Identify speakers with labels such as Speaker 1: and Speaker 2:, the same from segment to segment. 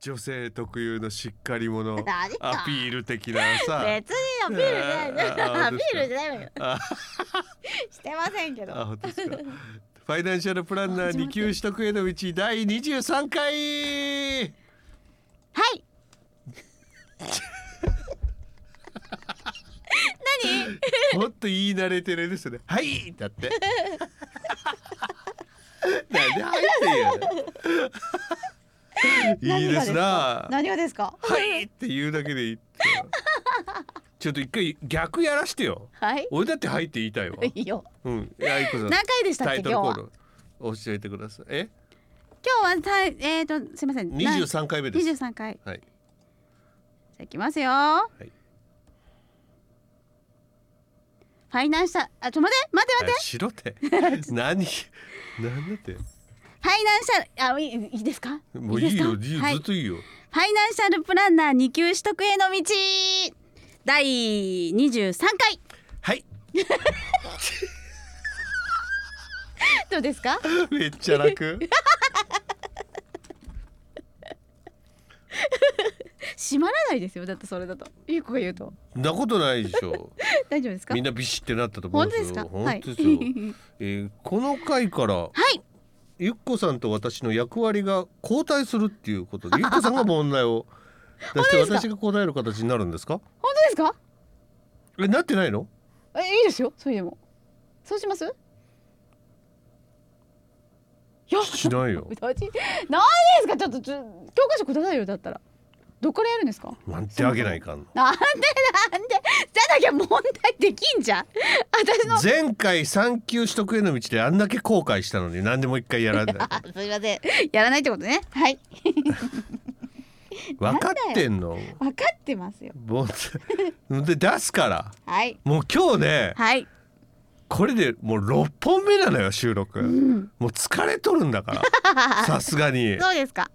Speaker 1: 女性特有のしっかり者
Speaker 2: 何か
Speaker 1: アピール的なさ
Speaker 2: 別にアピールじゃな
Speaker 1: え
Speaker 2: い
Speaker 1: ーあ
Speaker 2: アピールじゃないのよ
Speaker 1: あ
Speaker 2: してませんけど
Speaker 1: あ本当ですかファイナンシャルプランナー二級取得への道第23回
Speaker 2: はい。何？
Speaker 1: もっと言い慣れてるですね。はいだ って。なんで入ってんや。いいですな。
Speaker 2: 何がですか？
Speaker 1: はいって言うだけでいいって。ちょっと一回逆やらしてよ。
Speaker 2: はい。
Speaker 1: 俺だって入って言い たいわ。
Speaker 2: いいよ。
Speaker 1: うん。えあいこさん。
Speaker 2: 何回でしたっ
Speaker 1: タ
Speaker 2: け
Speaker 1: イト
Speaker 2: 今
Speaker 1: ルコ
Speaker 2: 日は
Speaker 1: ー？ルを教えてください。え、
Speaker 2: 今日はたいえっ、ー、とすみません。
Speaker 1: 二十三回目で
Speaker 2: 二
Speaker 1: す
Speaker 2: 十。三回。
Speaker 1: はい。
Speaker 2: じゃあいきますよ。はいファイナンシャあちょ待って待って待って。
Speaker 1: しろ って。何？何だって。
Speaker 2: ファイナンシャルあいいいいですか？
Speaker 1: もういいよ。
Speaker 2: です
Speaker 1: いいよ
Speaker 2: かは
Speaker 1: ずっといいよ。
Speaker 2: ファイナンシャルプランナー二級取得への道第二十三回
Speaker 1: はい。
Speaker 2: どうですか？
Speaker 1: めっちゃ楽。
Speaker 2: 閉まらないですよだってそれだといい子が言うと
Speaker 1: そんなことないでしょ。
Speaker 2: 大丈夫ですか
Speaker 1: みんなビシってなったと思う
Speaker 2: 本
Speaker 1: ん
Speaker 2: 当
Speaker 1: で
Speaker 2: ですす
Speaker 1: よ。
Speaker 2: かは
Speaker 1: 本
Speaker 2: い
Speaker 1: 当ですよ。 えーこの回から
Speaker 2: はい
Speaker 1: ゆっこさんと私の役割が交代するっていうこと で、ゆっこさんが問題を出して
Speaker 2: 本当です
Speaker 1: 私が答える形になるんですか？
Speaker 2: 本当ですか
Speaker 1: え、なってないの？
Speaker 2: えいいですよそれでもそうしますいや
Speaker 1: しない よ
Speaker 2: 何ですかちょっとちょ教科書くださいよだったらどっからやるんですか
Speaker 1: なんてあげないかんの。
Speaker 2: なんでなんでじゃなきゃ問題できんじゃん私の
Speaker 1: 前回産級取得への道であんだけ後悔したのに何でもう一回やらない
Speaker 2: あすいませんやらないってことねはい
Speaker 1: 分かってんの
Speaker 2: 分かってますよ
Speaker 1: もうで出すから
Speaker 2: はい
Speaker 1: もう今日ね
Speaker 2: はい
Speaker 1: これでもう6本目なのよ収録、もう疲れとるんだから さすがにだ
Speaker 2: そうですか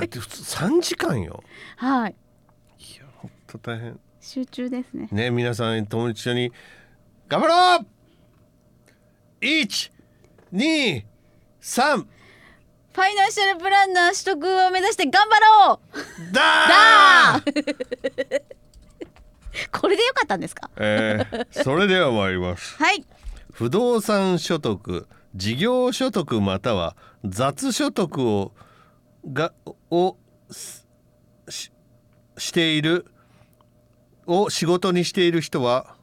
Speaker 1: って普通3時間よ
Speaker 2: はい
Speaker 1: いやほんと大変
Speaker 2: 集中ですね
Speaker 1: ね皆さんとも一緒に頑張ろう123
Speaker 2: ファイナンシャルプランナー取得を目指して頑張ろう
Speaker 1: だー
Speaker 2: これでよかったんですか
Speaker 1: えーそれでは参ります
Speaker 2: はい
Speaker 1: 不動産所得事業所得または雑所得をがをすししているを仕事にしている人は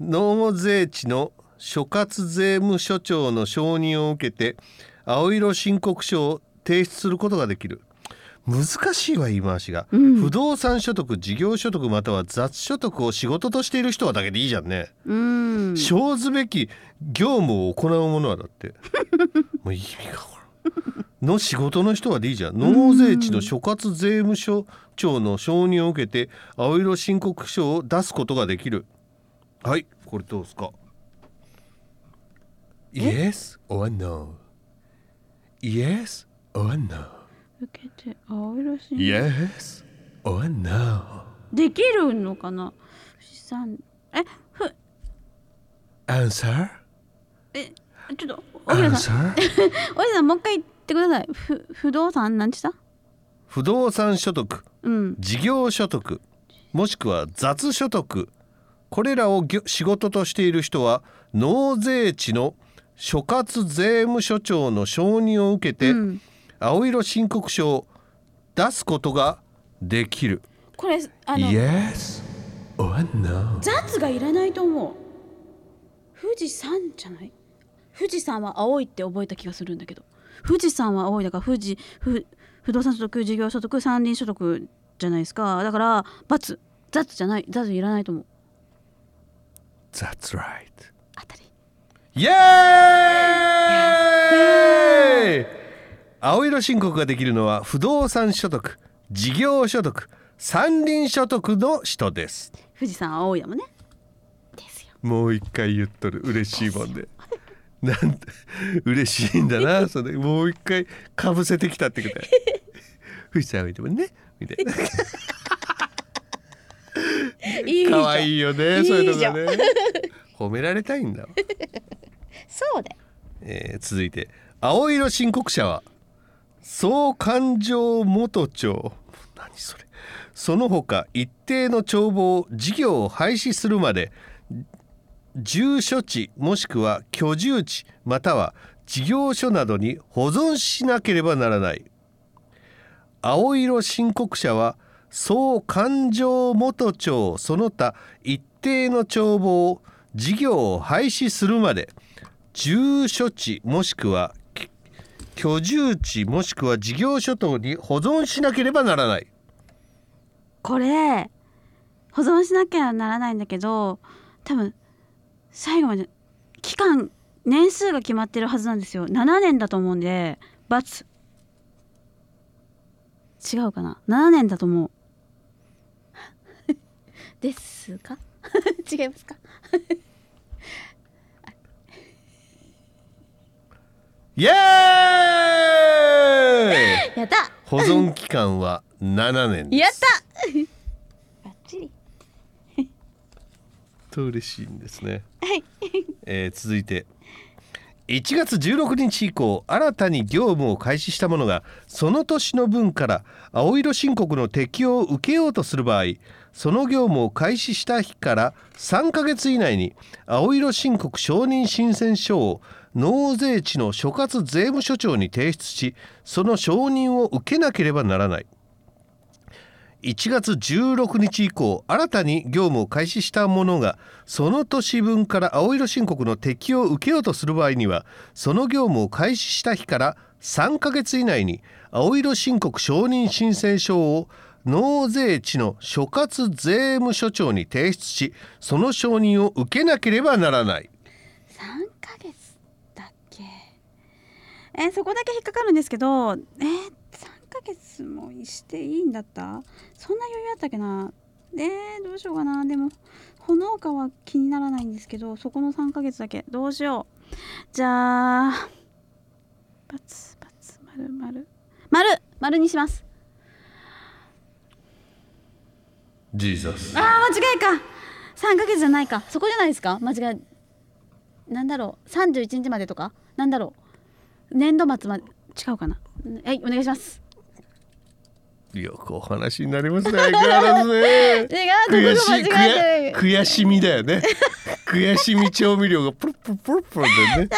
Speaker 1: 納税地の所轄税務署長の承認を受けて青色申告書を提出することができる難しいわ言い回しが、不動産所得事業所得または雑所得を仕事としている人はだけでいいじゃんね。
Speaker 2: うーん
Speaker 1: 生ずべき業務を行うものはだって もう意味がわからんの仕事の人はでいいじゃん納税地の所轄税務署長の承認を受けて青色申告書を出すことができるはいこれどうですか Yes or no Yes or no
Speaker 2: 受けて青色申
Speaker 1: Yes or no
Speaker 2: できるのかな資産えふ
Speaker 1: Answer
Speaker 2: えちょっと小倉 さ
Speaker 1: Answer
Speaker 2: ん 小倉さんもう一回言ってくださいふ不動産なんてした
Speaker 1: 不動産所得
Speaker 2: うん
Speaker 1: 事業所得もしくは雑所得これらをぎょ仕事としている人は納税地の所轄税務署長の承認を受けて、
Speaker 2: うん
Speaker 1: 青色申告書を出すことができる。
Speaker 2: これあの
Speaker 1: Yes or no?
Speaker 2: 雑がいらないと思う富士山じゃない富士山は青いって覚えた気がするんだけど富士山は青いだから富士ふ不動産所得事業所得山林所得じゃないですかだから×雑じゃない雑いらないと思う
Speaker 1: That's right.
Speaker 2: あたり
Speaker 1: Yay! 青色申告ができるのは不動産所得、事業所得、山林所得の人です。
Speaker 2: 富士山は青いだもんねですよ
Speaker 1: もう一回言っとる嬉しいもんで。なんて嬉しいんだ なそれもう一回かぶせてきたってことや富士山見てもねみたいない
Speaker 2: いじゃん
Speaker 1: 可愛いよねそういうの
Speaker 2: いいじゃ
Speaker 1: が
Speaker 2: ん
Speaker 1: ね褒められたいんだわ、
Speaker 2: そうだよ
Speaker 1: えー続いて青色申告者は総勘定元帳何それその他一定の帳簿を事業を廃止するまで住所地もしくは居住地または事業所などに保存しなければならない青色申告者は総勘定元帳その他一定の帳簿を事業を廃止するまで住所地もしくはき居住地もしくは事業所等に保存しなければならない
Speaker 2: これ保存しなきゃならないんだけど多分最後まで期間年数が決まってるはずなんですよ7年だと思うんで×違うかな7年だと思う ですか 違いますか
Speaker 1: イエーイ
Speaker 2: やった
Speaker 1: 保存期間は7年です
Speaker 2: ったバッチリ
Speaker 1: と嬉しいんですね。
Speaker 2: はい
Speaker 1: えー続いて1月16日以降新たに業務を開始した者がその年の分から青色申告の適用を受けようとする場合その業務を開始した日から3ヶ月以内に青色申告承認申請書を納税地の所轄税務署長に提出しその承認を受けなければならない。1月16日以降新たに業務を開始した者がその年分から青色申告の適用を受けようとする場合にはその業務を開始した日から3ヶ月以内に青色申告承認申請書を納税地の所轄税務署長に提出しその承認を受けなければならない
Speaker 2: 3ヶ月だっけえーそこだけ引っかかるんですけどえー、3ヶ月もしていいんだったそんな余裕あったっけなえー、どうしようかなでもほのかは気にならないんですけどそこの3ヶ月だけどうしようじゃあバツバツ丸丸丸丸にします
Speaker 1: ジーザス
Speaker 2: あー間違いか3ヶ月じゃないかそこじゃないですか間違いなんだろう31日までとかなんだろう年度末まで違うかなはいお願いします
Speaker 1: よくお話になりますね相変わらず ね
Speaker 2: 違
Speaker 1: 悔
Speaker 2: うとこ
Speaker 1: し
Speaker 2: ろ
Speaker 1: い
Speaker 2: 間違え
Speaker 1: 悔
Speaker 2: てる
Speaker 1: 悔しみだよ ね悔しみ調味料がプルプルプルプルでね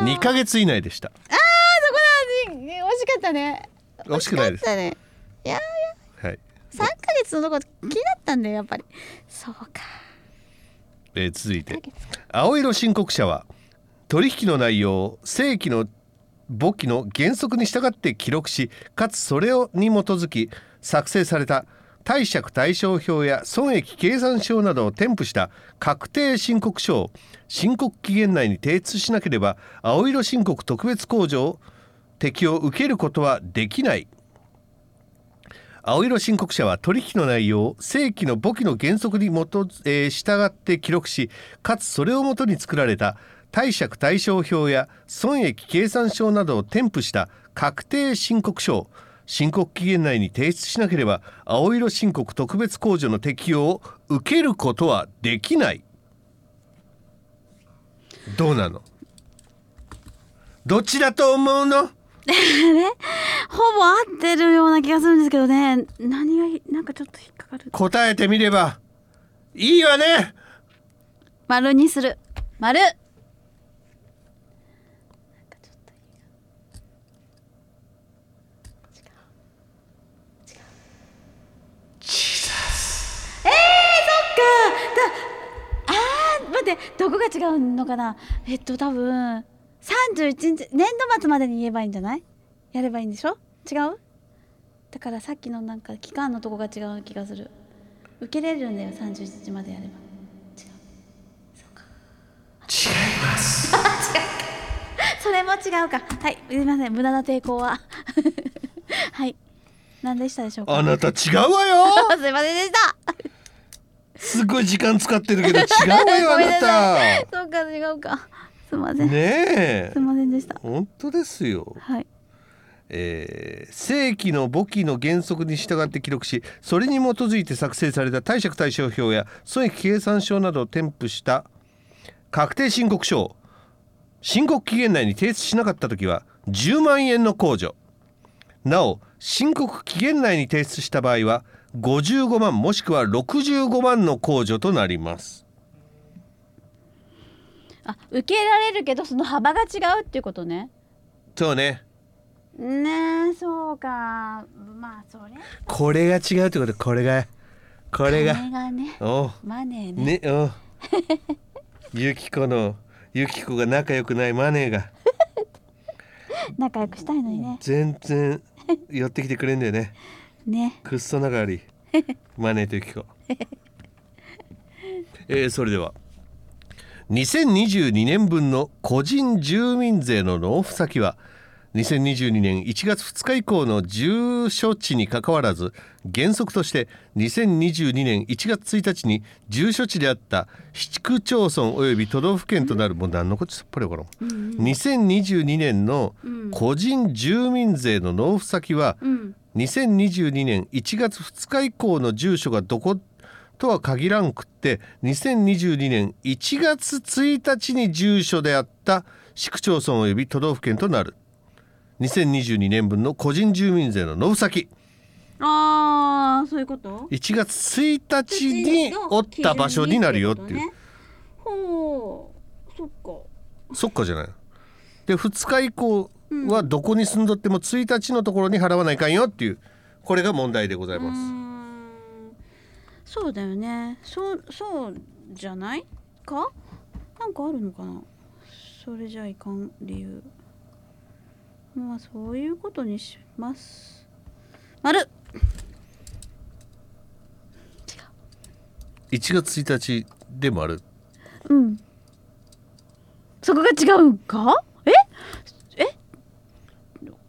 Speaker 2: なんだ
Speaker 1: 2ヶ月以内でした
Speaker 2: そこだに惜しかったね
Speaker 1: 惜しくないです
Speaker 2: 惜かったねいやー
Speaker 1: はい、
Speaker 2: 3ヶ月のとこ気になったんだよやっぱりそうか
Speaker 1: えー続いて
Speaker 2: 3ヶ月
Speaker 1: 青色申告者は取引の内容を正規の簿記の原則に従って記録しかつそれをに基づき作成された貸借対照表や損益計算書などを添付した確定申告書を申告期限内に提出しなければ青色申告特別控除を適用を受けることはできない青色申告者は取引の内容を正規の簿記の原則に基づ、えー従って記録しかつそれをもとに作られた貸借対照表や損益計算書などを添付した確定申告書を申告期限内に提出しなければ青色申告特別控除の適用を受けることはできないどうなのどっちだと思うの
Speaker 2: ほぼ合ってるような気がするんですけどね何がいなんかちょっと引っかかる
Speaker 1: 答えてみればいいわね
Speaker 2: 丸にする丸なんかちょっとあー待ってどこが違うのかなえっと多分31日年度末までに言えばいいんじゃないやればいいんでしょ違うだからさっきのなんか期間のとこが違う気がする受けれるんだよ31日までやれば違う
Speaker 1: 違います
Speaker 2: それも違うかはいすいません無駄な抵抗は はい何でしたでしょうか
Speaker 1: あなた違うわよ
Speaker 2: すいませんでした
Speaker 1: すごい時間使ってるけど違うわよ
Speaker 2: ご
Speaker 1: あ
Speaker 2: めんな
Speaker 1: な
Speaker 2: さい
Speaker 1: た
Speaker 2: そうか違うかすいませ
Speaker 1: ね
Speaker 2: ん、
Speaker 1: え
Speaker 2: すいませんでした
Speaker 1: 本当ですよ、
Speaker 2: はい
Speaker 1: えー正規の簿記の原則に従って記録しそれに基づいて作成された貸借対照表や損益計算書などを添付した確定申告書を申告期限内に提出しなかった時は10万円の控除なお申告期限内に提出した場合は55万もしくは65万の控除となります
Speaker 2: あ受けられるけどその幅が違うっていうことね
Speaker 1: そうね
Speaker 2: ねえそうかまあそれ
Speaker 1: これが違うってことこれがこれが
Speaker 2: 金ね
Speaker 1: お
Speaker 2: マネー
Speaker 1: う
Speaker 2: ね
Speaker 1: ねおうゆきこのゆきこが仲良くないマネーが
Speaker 2: 仲良くしたいのにね
Speaker 1: 全然寄ってきてくれんだよね
Speaker 2: ね
Speaker 1: くっそ仲悪いマネーとユキコ えーそれでは2022年分の個人住民税の納付先は2022年1月2日以降の住所地にかかわらず原則として2022年1月1日に住所地であった市区町村及び都道府県となるもう何のこっちゃさっぱりわからん2022年の個人住民税の納付先は、
Speaker 2: うん
Speaker 1: 2022年1月2日以降の住所がどことは限らんくって2022年1月1日に住所であった市区町村及び都道府県となる2022年分の個人住民税の納付先
Speaker 2: ああそういうこと
Speaker 1: 1月1日におった場所になるよっていう
Speaker 2: ねほうそっか
Speaker 1: そっかじゃないで2日以降はどこに住んどっても1日のところに払わないかんよっていうこれが問題でございう
Speaker 2: ー
Speaker 1: ます
Speaker 2: んそうだよねそうそうじゃないかなんかあるのかなそれじゃいかん理由まあそういうことにします丸
Speaker 1: 1月1日でもある
Speaker 2: うんそこが違うんか え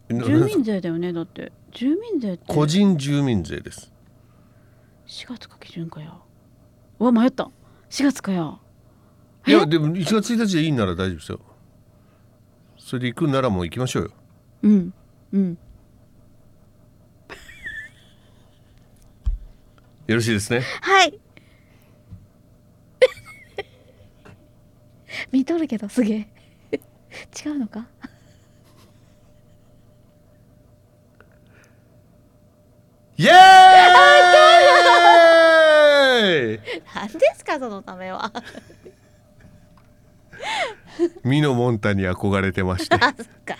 Speaker 2: 住民税だよねだって住民税って
Speaker 1: 個
Speaker 2: 4
Speaker 1: 人住民税です
Speaker 2: 月か基準かやうわ迷った4月かや
Speaker 1: い
Speaker 2: え
Speaker 1: やでも1月1日でいいなら大丈夫ですよそれで行くならもう行きましょうよ
Speaker 2: うんうん
Speaker 1: よろしいですね
Speaker 2: はい。 見とるけどすげえ。違うのか。
Speaker 1: イエーイ
Speaker 2: なんですかそのためは。
Speaker 1: ミノモンタに憧れてまして、
Speaker 2: あそっか。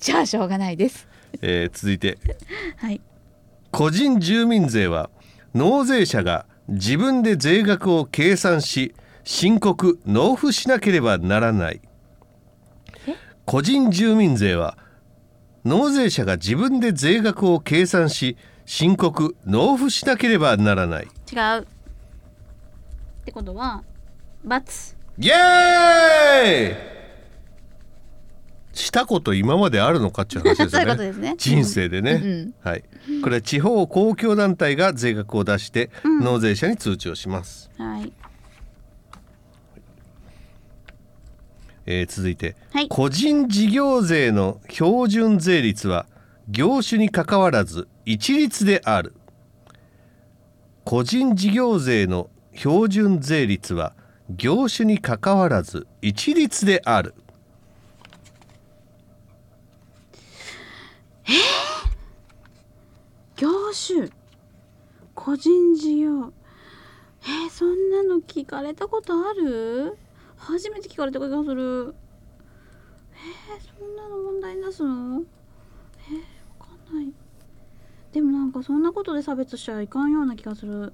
Speaker 2: じゃあしょうがないです。
Speaker 1: えー続いて
Speaker 2: はい。
Speaker 1: 個人住民税は納税者が自分で税額を計算し申告納付しなければならない
Speaker 2: え
Speaker 1: 個人住民税は納税者が自分で税額を計算し申告納付しなければならない
Speaker 2: 違う。ってことは罰。
Speaker 1: イエーイしたこと今まであるのかっていう話ですよね
Speaker 2: そういうことですね
Speaker 1: 人生でね、
Speaker 2: うん
Speaker 1: はい。これは地方公共団体が税額を出して
Speaker 2: うん
Speaker 1: 納税者に通知をします、
Speaker 2: はい。
Speaker 1: えー続いて、
Speaker 2: はい
Speaker 1: 個人事業税の標準税率は業種にかかわらず一律である個人事業税の標準税率は業種にかかわらず一律である
Speaker 2: 業種。個人事業。えー、そんなの聞かれたことある？初めて聞かれた気がする。えー、そんなの問題に出すの？えー、わかんない。でもなんかそんなことで差別しちゃいかんような気がする。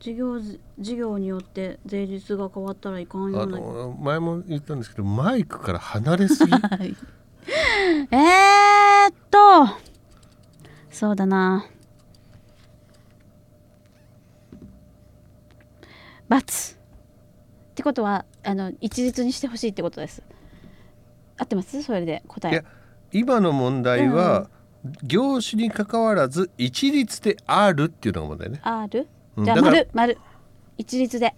Speaker 2: 事業ず事業によって税率が変わったらいかんよ
Speaker 1: あ
Speaker 2: うな。
Speaker 1: の前も言ったんですけどマイクから離れすぎ
Speaker 2: えー、っとそうだな罰ってことはあの一律にしてほしいってことです合ってますそれで答
Speaker 1: いや
Speaker 2: え
Speaker 1: 今の問題は、業種にかかわらず一律であるっていうのが問題ね
Speaker 2: R?
Speaker 1: うん
Speaker 2: じゃあ
Speaker 1: だから
Speaker 2: 丸丸一律で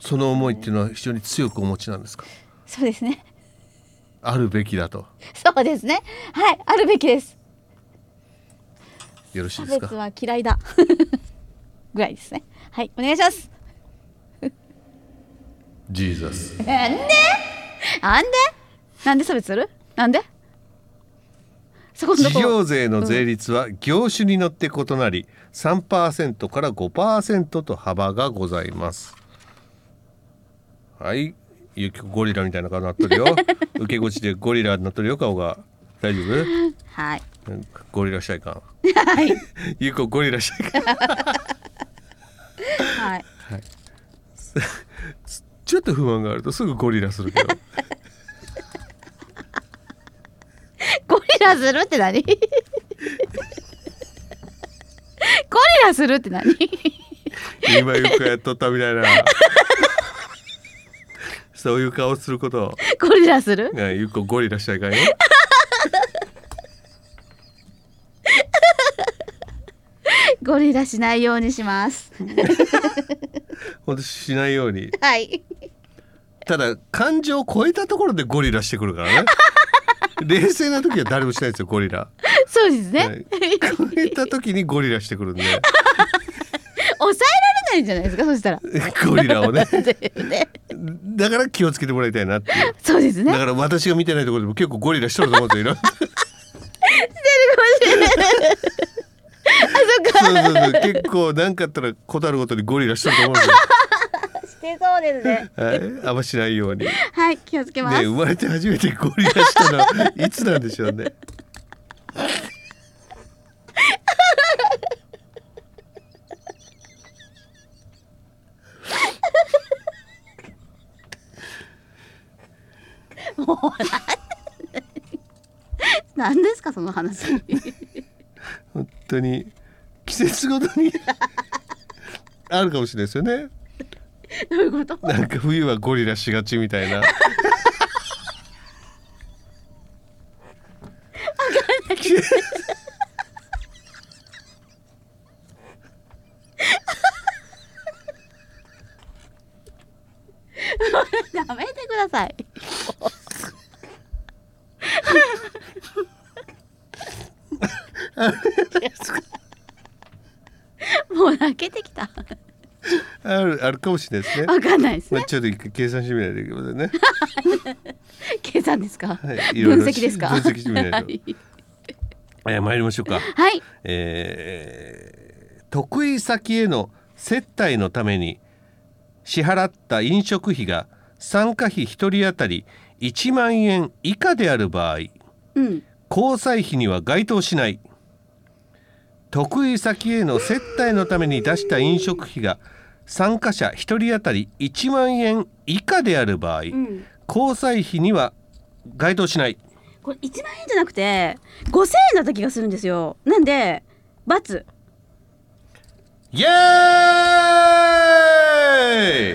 Speaker 1: その思いっていうのは非常に強くお持ちなんですか
Speaker 2: そうですね
Speaker 1: あるべきだと
Speaker 2: そうですねはいあるべきです
Speaker 1: よろしい
Speaker 2: 差
Speaker 1: です
Speaker 2: 別
Speaker 1: か
Speaker 2: は嫌いだ ぐらいですねはいお願いします
Speaker 1: ジーザス
Speaker 2: なんでなんでなんで差別するなんでそこのと
Speaker 1: 事
Speaker 2: こ
Speaker 1: 業税の税率は業種によって異なり3%から5%と幅がございますはいゆきこゴリラみたいな顔になっと るよ受け口でゴリラになっとるよ顔が大丈夫
Speaker 2: はい
Speaker 1: ゴリラしたいかん
Speaker 2: はい
Speaker 1: ゆきこゴリラしたいかん
Speaker 2: はい
Speaker 1: ちょっと不満があるとすぐゴリラするけど
Speaker 2: ゴリラするって何ゴリラするって何
Speaker 1: 今ゆきこやっとったみたいなそういう顔すること
Speaker 2: ゴリラする
Speaker 1: がゆきこゴリラしたいかんよ
Speaker 2: ゴリラしないようにします
Speaker 1: ほんとしないように
Speaker 2: はい
Speaker 1: ただ感情を超えたところでゴリラしてくるからね冷静な時は誰もしないですよゴリラ、
Speaker 2: そうですね、
Speaker 1: はい超えた時にゴリラしてくるんで
Speaker 2: 抑えられないんじゃないですかそしたら
Speaker 1: ゴリラをね
Speaker 2: ね
Speaker 1: だから気をつけてもらいたいなっていう
Speaker 2: そうですね
Speaker 1: だ から私が見てないところでも結構ゴリラしとると思うんですよいろんなそうそうそう結構なんかあったらことあるごとにゴリラしとると思うんですよ
Speaker 2: してそうですね
Speaker 1: はい、あんましないように。ね、
Speaker 2: はい気をつけます、
Speaker 1: 生まれて初めてゴリラしたのはいつなんでしょうね。
Speaker 2: 何ですかその話
Speaker 1: 本当に季節ごとに あるかもしれないですよね。
Speaker 2: どういう こと
Speaker 1: なんか冬はゴリラしがちみたいな。
Speaker 2: やめてください。もう泣けてきた。
Speaker 1: あるあるかもしれないですね。
Speaker 2: わかんないです
Speaker 1: まあ
Speaker 2: ね。
Speaker 1: ちょっと一回計算してみないといけませんね。
Speaker 2: 計算ですか。
Speaker 1: はいいろい
Speaker 2: 分
Speaker 1: ろ
Speaker 2: 析ですか。
Speaker 1: 分析してみないと
Speaker 2: はい。
Speaker 1: えー、参りましょうか。
Speaker 2: はい。
Speaker 1: えー得意先への接待のために支払った飲食費が参加費1人当たり1万円以下である場合
Speaker 2: うん。
Speaker 1: 交際費には該当しない得意先への接待のために出した飲食費が参加者1人当たり1万円以下である場合
Speaker 2: うん。
Speaker 1: 交際費には該当しない
Speaker 2: これ一万円じゃなくて五千円だった気がするんですよ。なんでバツ
Speaker 1: イエ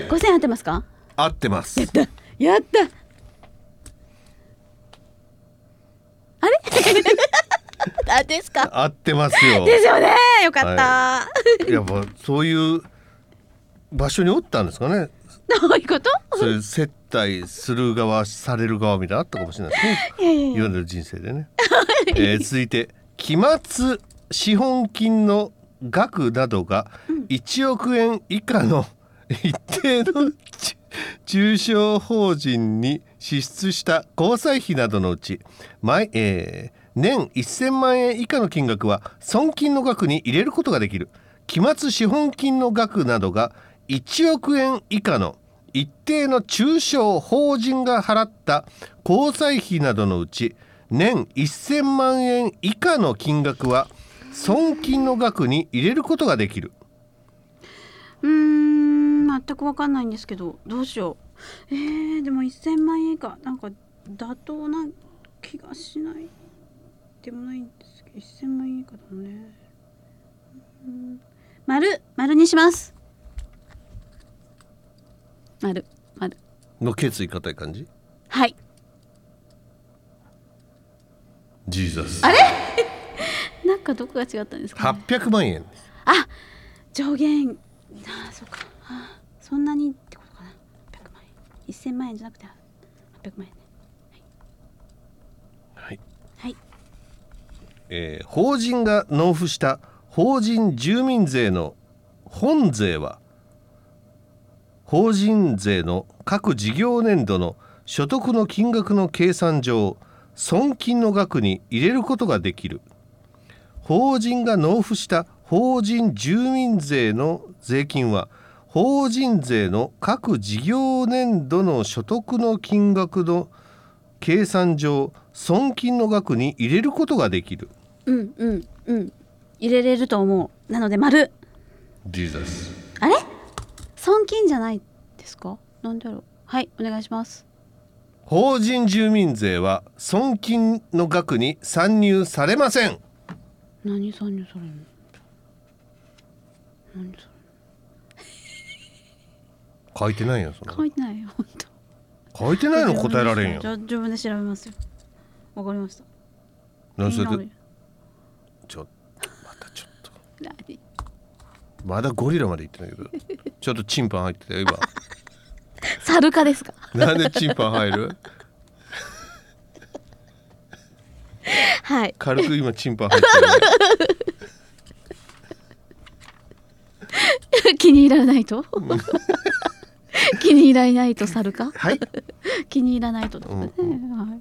Speaker 1: ーイ
Speaker 2: 五千円当てますか。
Speaker 1: 合ってます
Speaker 2: やった。やった。あ れ？あですか。
Speaker 1: 合ってます よ。
Speaker 2: ですよねよかった、
Speaker 1: やっぱそういう場所におったんですかね。
Speaker 2: どういうこと
Speaker 1: そういう接待する側される側みたいなのあったかもしれないですね。
Speaker 2: いやいやいや
Speaker 1: 今までの人生でね。えー続いて期末資本金の額などが1億円以下の一定のち中小法人に支出した交際費などのうち毎、えー年1000万円以下の金額は損金の額に入れることができる期末資本金の額などが1億円以下の一定の中小法人が払った交際費などのうち年1000万円以下の金額は損金の額に入れることができる
Speaker 2: うーん全くわかんないんですけどどうしようえー、でも1000万円以下なんか妥当な気がしないでもないんですけど1000万円以下だねうーん丸丸にします丸丸
Speaker 1: の決意固い感じ
Speaker 2: はい
Speaker 1: ジーザスあれ
Speaker 2: なんかどこが違ったんですか、ね、
Speaker 1: 800万円
Speaker 2: あ上限あそうかあそんなにってことかな800万円1000万円じゃなくて800万円ね
Speaker 1: はい
Speaker 2: はい
Speaker 1: えー法人が納付した法人住民税の本税は法人税の各事業年度の所得の金額の計算上損金の額に入れることができる法人が納付した法人住民税の税金は法人税の各事業年度の所得の金額の計算上損金の額に入れることができる
Speaker 2: うんうんうん入れれると思うなので丸あれ損金じゃないですかなんだろうはいお願いします
Speaker 1: 法人住民税は損金の額に算入されません
Speaker 2: 何さんにそれに何そ
Speaker 1: 書いてないよそ
Speaker 2: れ
Speaker 1: の
Speaker 2: 書いてないよ本当
Speaker 1: 書いてないの答えられん
Speaker 2: じゃ
Speaker 1: よ
Speaker 2: あ自分で調べますよわかりました
Speaker 1: なんそれ
Speaker 2: 気に
Speaker 1: で
Speaker 2: なる
Speaker 1: ちょまたちょっと
Speaker 2: 何
Speaker 1: まだゴリラまで行ってないけどちょっとチンパン入ってたよ今
Speaker 2: サルカですか
Speaker 1: なんでチンパン入る
Speaker 2: はい
Speaker 1: 軽く今チンパン入って る
Speaker 2: 気に入らないと気に入らないと猿か
Speaker 1: はい
Speaker 2: 気に入らないとですね、
Speaker 1: う
Speaker 2: はい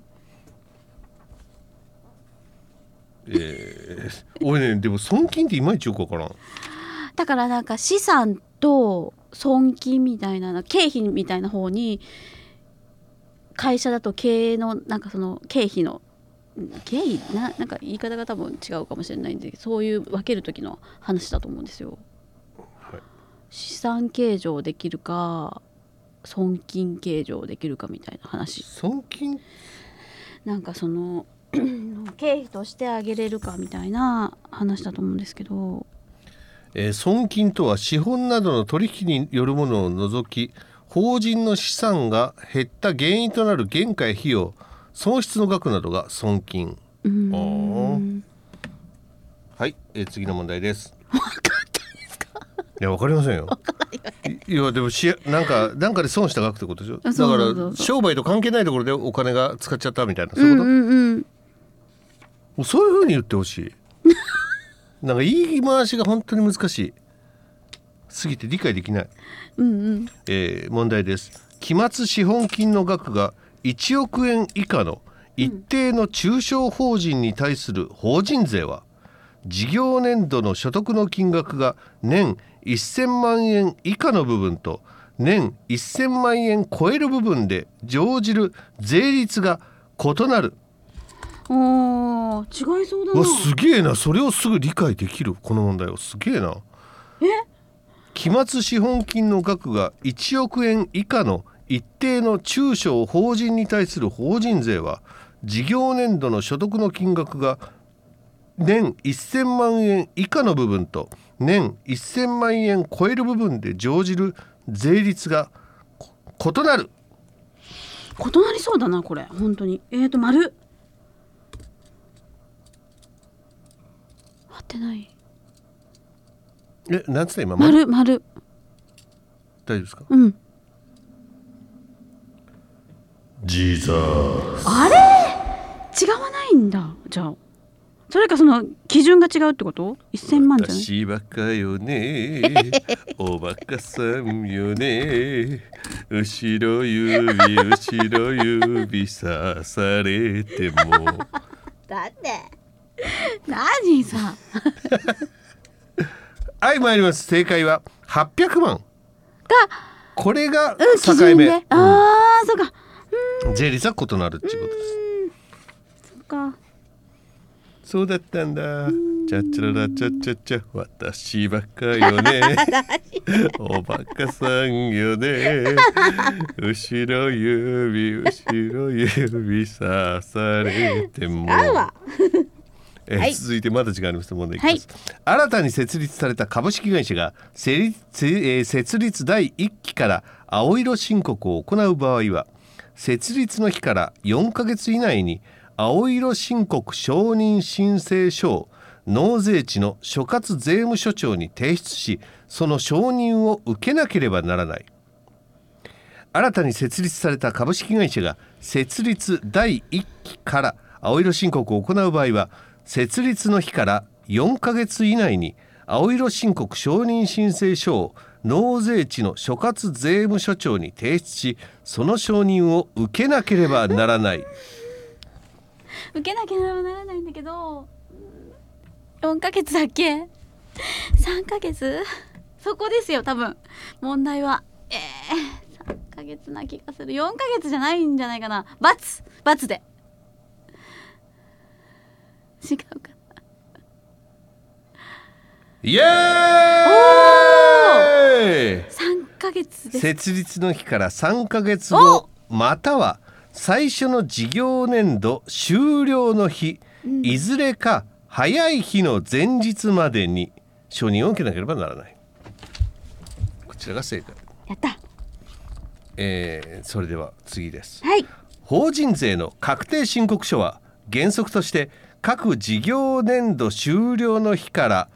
Speaker 1: えー、俺ねでも損金っていまいちよくわからん
Speaker 2: だからなんか資産と損金みたいな経費みたいな方に会社だと経営のなんかその経費のん経費ななんか言い方が多分違うかもしれないんでそういう分ける時の話だと思うんですよ。
Speaker 1: はい
Speaker 2: 資産計上できるか損金計上できるかみたいな話
Speaker 1: 損金
Speaker 2: なんかその 経費としてあげれるかみたいな話だと思うんですけど
Speaker 1: えー損金とは資本などの取引によるものを除き法人の資産が減った原因となる原価や費用損失の額などが損金
Speaker 2: うー
Speaker 1: あ
Speaker 2: ん
Speaker 1: ーはい、えー次の問題です分かったんですかいやわかりませんよいやでもしなんかなんかで損した額ってことでしょ
Speaker 2: あ
Speaker 1: だ
Speaker 2: そう
Speaker 1: か
Speaker 2: そうそう
Speaker 1: ら商売と関係ないところでお金が使っちゃったみたいなそう
Speaker 2: う
Speaker 1: いうこと、
Speaker 2: ん
Speaker 1: も
Speaker 2: うんうん
Speaker 1: うそういうふうに言ってほしい なんか言い回しが本当に難しいすぎて理解できない
Speaker 2: うんうん
Speaker 1: えー問題です期末資本金の額が1億円以下の一定の中小法人に対する法人税は、事業年度の所得の金額が年1000万円以下の部分と年1000万円超える部分で乗じる税率が異なる
Speaker 2: おー違いそうだ
Speaker 1: う
Speaker 2: な
Speaker 1: わすげえなそれをすぐ理解できるこの問題をすげえな期末資本金の額が1億円以下の一定の中小法人に対する法人税は事業年度の所得の金額が年1000万円以下の部分と年1000万円超える部分で乗じる税率がこ異なる
Speaker 2: 異なりそうだなこれ本当にえーと丸合ってない
Speaker 1: えなんつった今ま
Speaker 2: 丸丸
Speaker 1: 大丈夫ですか
Speaker 2: うん
Speaker 1: ジーザー
Speaker 2: 違わないんだじゃあそれかその基準が違うってこと1000万じゃない
Speaker 1: 私バカよ ねおバカさんよね後ろ指後ろ指さされて も
Speaker 2: だって何さ
Speaker 1: はい参ります正解は800万これが
Speaker 2: うん
Speaker 1: 境
Speaker 2: 基準
Speaker 1: 目、
Speaker 2: でああーそうか
Speaker 1: 税率は異なるっていうことです
Speaker 2: そっか
Speaker 1: そうだったんだ。チャチャララチャチャチャ、私ばっかよ ね。おばかさんよ ね。後ろ指、後ろ指さされても。えー続いてまだ時間あります問題いきます、新たに設立された株式会社が設立,せ、えー設立第1期から青色申告を行う場合は設立の日から4ヶ月以内に青色申告承認申請書を納税地の所轄税務署長に提出しその承認を受けなければならない新たに設立された株式会社が設立第1期から青色申告を行う場合は設立の日から4ヶ月以内に青色申告承認申請書を納税地の所轄税務署長に提出しその承認を受けなければならない
Speaker 2: 受けなきゃならないんだけど4ヶ月だっけ3ヶ月そこですよ多分問題はえー、3ヶ月な気がする4ヶ月じゃないんじゃないかな××で違うか
Speaker 1: イエーイ
Speaker 2: 3ヶ月です
Speaker 1: 設立の日から3ヶ月後または最初の事業年度終了の日、
Speaker 2: うん
Speaker 1: いずれか早い日の前日までに承認を受けなければならないこちらが正解、
Speaker 2: やった
Speaker 1: えーそれでは次です
Speaker 2: はい
Speaker 1: 法人税の確定申告書は原則として各事業年度終了の日から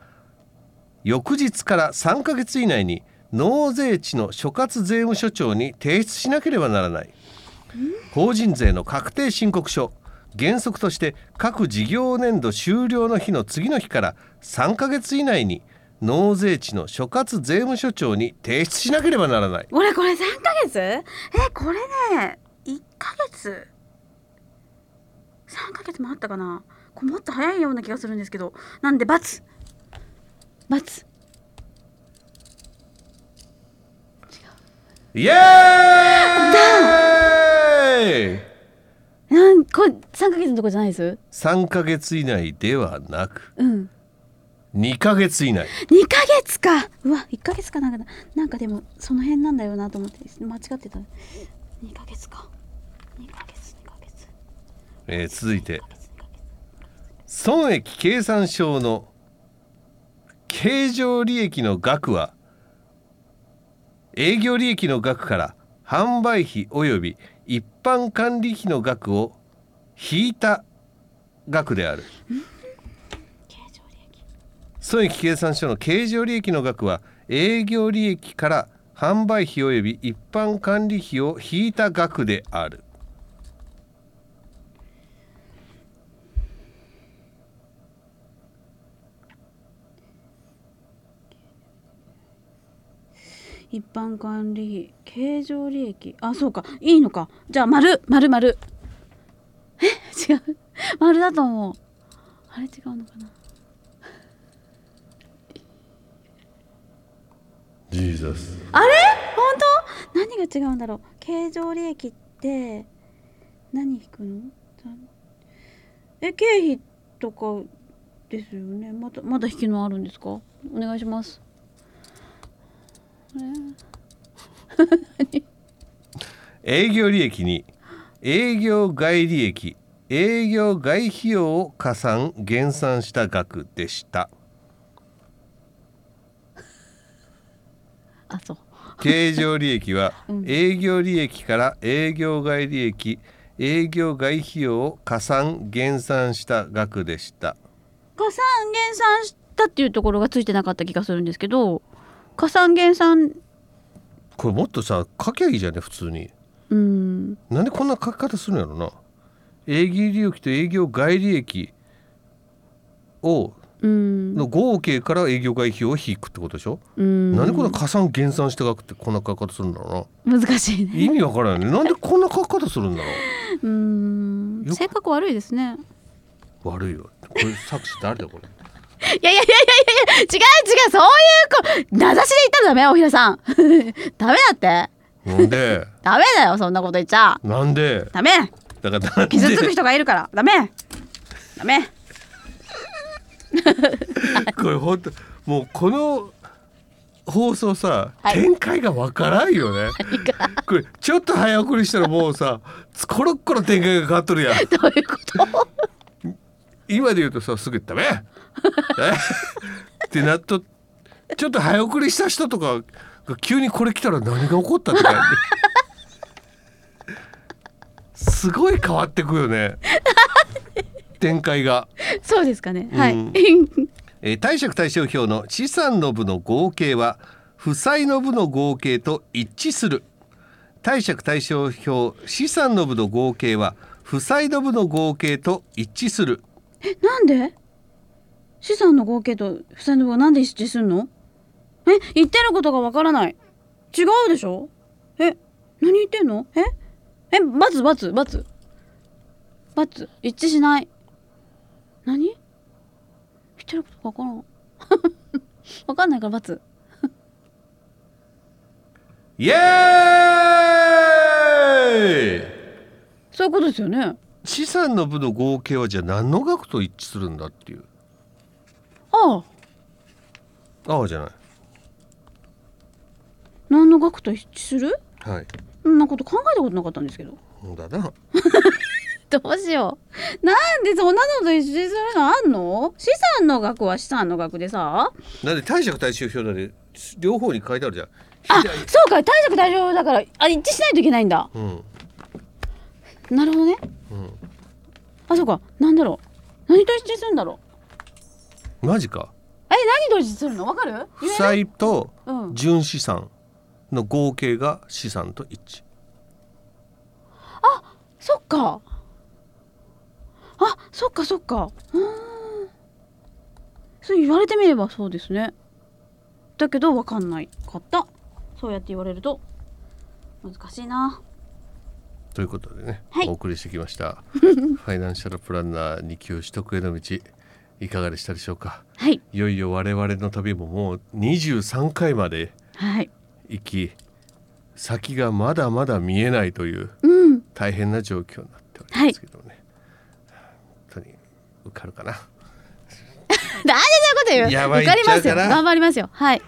Speaker 1: 翌日から3ヶ月以内に納税地の所轄税務署長に提出しなければならない法人税の確定申告書原則として各事業年度終了の日の次の日から3ヶ月以内に納税地の所轄税務署長に提出しなければならない
Speaker 2: 俺これ3ヶ月えこれね1ヶ月3ヶ月もあったかなこれもっと早いような気がするんですけどなんで××
Speaker 1: イエーイ
Speaker 2: なんこれ3ヶ月のとこじゃないです
Speaker 1: 3ヶ月以内ではなく
Speaker 2: うん
Speaker 1: 2ヶ月以内
Speaker 2: 2ヶ月かうわ1ヶ月かなんかななんかでもその辺なんだよなと思って間違ってた2ヶ月か2ヶ月2ヶ月
Speaker 1: えー続いて
Speaker 2: 2ヶ月2ヶ月
Speaker 1: 損益計算書の経常利益の額は営業利益の額から販売費及び一般管理費の額を引いた額である
Speaker 2: 経常利益
Speaker 1: 損益計算書の経常利益の額は営業利益から販売費及び一般管理費を引いた額である
Speaker 2: 一般管理費経常利益あそうかいいのかじゃあ丸丸丸え違う 丸だと思うあれ違うのかな
Speaker 1: Jesus
Speaker 2: あれ本当何が違うんだろう経常利益って何引くのざんえ経費とかですよねまだまだ引きのあるんですかお願いしますあれ
Speaker 1: 営業利益に営業外利益営業外費用を加算減算した額でした
Speaker 2: あそう
Speaker 1: 経常利益は
Speaker 2: うん
Speaker 1: 営業利益から営業外利益営業外費用を加算減算した額でした
Speaker 2: 加算減算したっていうところがついてなかった気がするんですけど加算減算
Speaker 1: これもっとさ書きゃいいじゃんね普通に
Speaker 2: うん
Speaker 1: なんでこんな書き方するんやろな営業利益と営業外利益を
Speaker 2: うん
Speaker 1: の合計から営業外費用を引くってことでしょ
Speaker 2: うん
Speaker 1: なんでこんな加算減算した額ってこんな書き方するんだろ
Speaker 2: 難しいう
Speaker 1: な
Speaker 2: ね
Speaker 1: 意味わからないねなんでこんな書き方するんだろ
Speaker 2: うん
Speaker 1: よく
Speaker 2: 性格悪いですね
Speaker 1: う悪いよこれ作詞誰だこれ
Speaker 2: いやいやいやいやいや違う違うそういうこ名指しで言ったらダメ大平さん ダメだって
Speaker 1: なんで
Speaker 2: ダメだよそんなこと言っちゃ
Speaker 1: なんで
Speaker 2: ダメ
Speaker 1: だからなんで
Speaker 2: 傷つく人がいるからダメダメ
Speaker 1: これ本当もうこの放送さ、
Speaker 2: はい
Speaker 1: 展開がわからんよねこれちょっと早送りしたらもうさコロッコロ展開が変わっとるやん
Speaker 2: どういうこと
Speaker 1: 今で言うとさすぐ「ダメ!え」ってなっとちょっと早送りした人とかが急にこれ来たら何が起こったって感じすごい変わってくよね展開が、
Speaker 2: そうですかねはい
Speaker 1: う
Speaker 2: うんん
Speaker 1: えー貸借対照表の資産の部の合計は負債の部の合計と一致する貸借対照表資産の部の合計は負債の部の合計と一致する
Speaker 2: えなんで資産の合計と負債の分はなんで一致するのえ言ってることがわからない違うでしょえ何言ってんのええバツバツバツバツ一致しない何言ってることか分からん 分かんないからバツ
Speaker 1: イエーイ
Speaker 2: そういうことですよね
Speaker 1: 資産の部の合計はじゃあ何の額と一致するんだっていう
Speaker 2: ああ
Speaker 1: ああじゃない
Speaker 2: 何の額と一致する
Speaker 1: はい
Speaker 2: そんなこと考えたことなかったんですけど
Speaker 1: そうだな
Speaker 2: どうしようなんでそんなのと一致するのあんの資産の額は資産の額でさ
Speaker 1: なんで貸借対照表だね両方に書いてあるじゃん
Speaker 2: あ
Speaker 1: 左
Speaker 2: そうか貸借対照表だからあ一致しないといけないんだ
Speaker 1: うん
Speaker 2: なるほどね
Speaker 1: うん
Speaker 2: あそうかなんだろう何と一致するんだろう
Speaker 1: マジか
Speaker 2: え何と一致するのわかる
Speaker 1: 負
Speaker 2: 言えない
Speaker 1: 債と
Speaker 2: うん
Speaker 1: 純資産の合計が資産と一致
Speaker 2: そっかあそっかそっかうーんそう言われてみればそうですねだけどわかんないかったそうやって言われると難しいな
Speaker 1: ということでね、
Speaker 2: はい
Speaker 1: お送りしてきました ファイナンシャルプランナー2級取得への道いかがでしたでしょうか
Speaker 2: はい
Speaker 1: いよいよ我々の旅ももう23回まで
Speaker 2: はい
Speaker 1: 行き先がまだまだ見えないという
Speaker 2: うん
Speaker 1: 大変な状況になっておりますけどもね、本当に受かるかな
Speaker 2: なんでそういうこと言う
Speaker 1: やばい
Speaker 2: 受かります
Speaker 1: 言
Speaker 2: よ
Speaker 1: っちゃうから
Speaker 2: 頑張りますよはい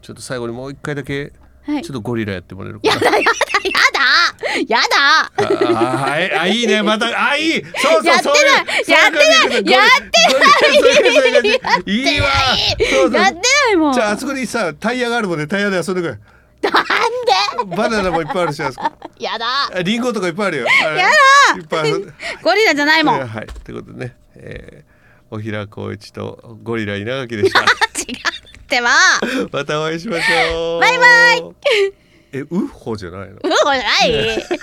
Speaker 1: ちょっと最後にもう一回だけ
Speaker 2: はい
Speaker 1: ちょっとゴリラやってもらえるか
Speaker 2: や
Speaker 1: な
Speaker 2: だやだやだやだ
Speaker 1: ああはいあいいねまたあいいそうそう
Speaker 2: やって
Speaker 1: そう
Speaker 2: ない
Speaker 1: いう感じ
Speaker 2: や
Speaker 1: そういう感じそういう感じいいわそうそう
Speaker 2: やってないもん
Speaker 1: じゃああそこにさタイヤがあるもんねタイヤで遊んでくれ
Speaker 2: なん
Speaker 1: バナナもいっぱいあるしあそこ
Speaker 2: でやだ
Speaker 1: あリンゴとかいっぱいあるよやだいっぱい遊んで
Speaker 2: ゴリラじゃないもん
Speaker 1: えー
Speaker 2: 違う
Speaker 1: はいということでね、えー、おひらこういちとゴリラ稲垣でした
Speaker 2: ってば
Speaker 1: またお会いしましょう
Speaker 2: バイバ
Speaker 1: イえウッホじゃないの
Speaker 2: うんこじゃない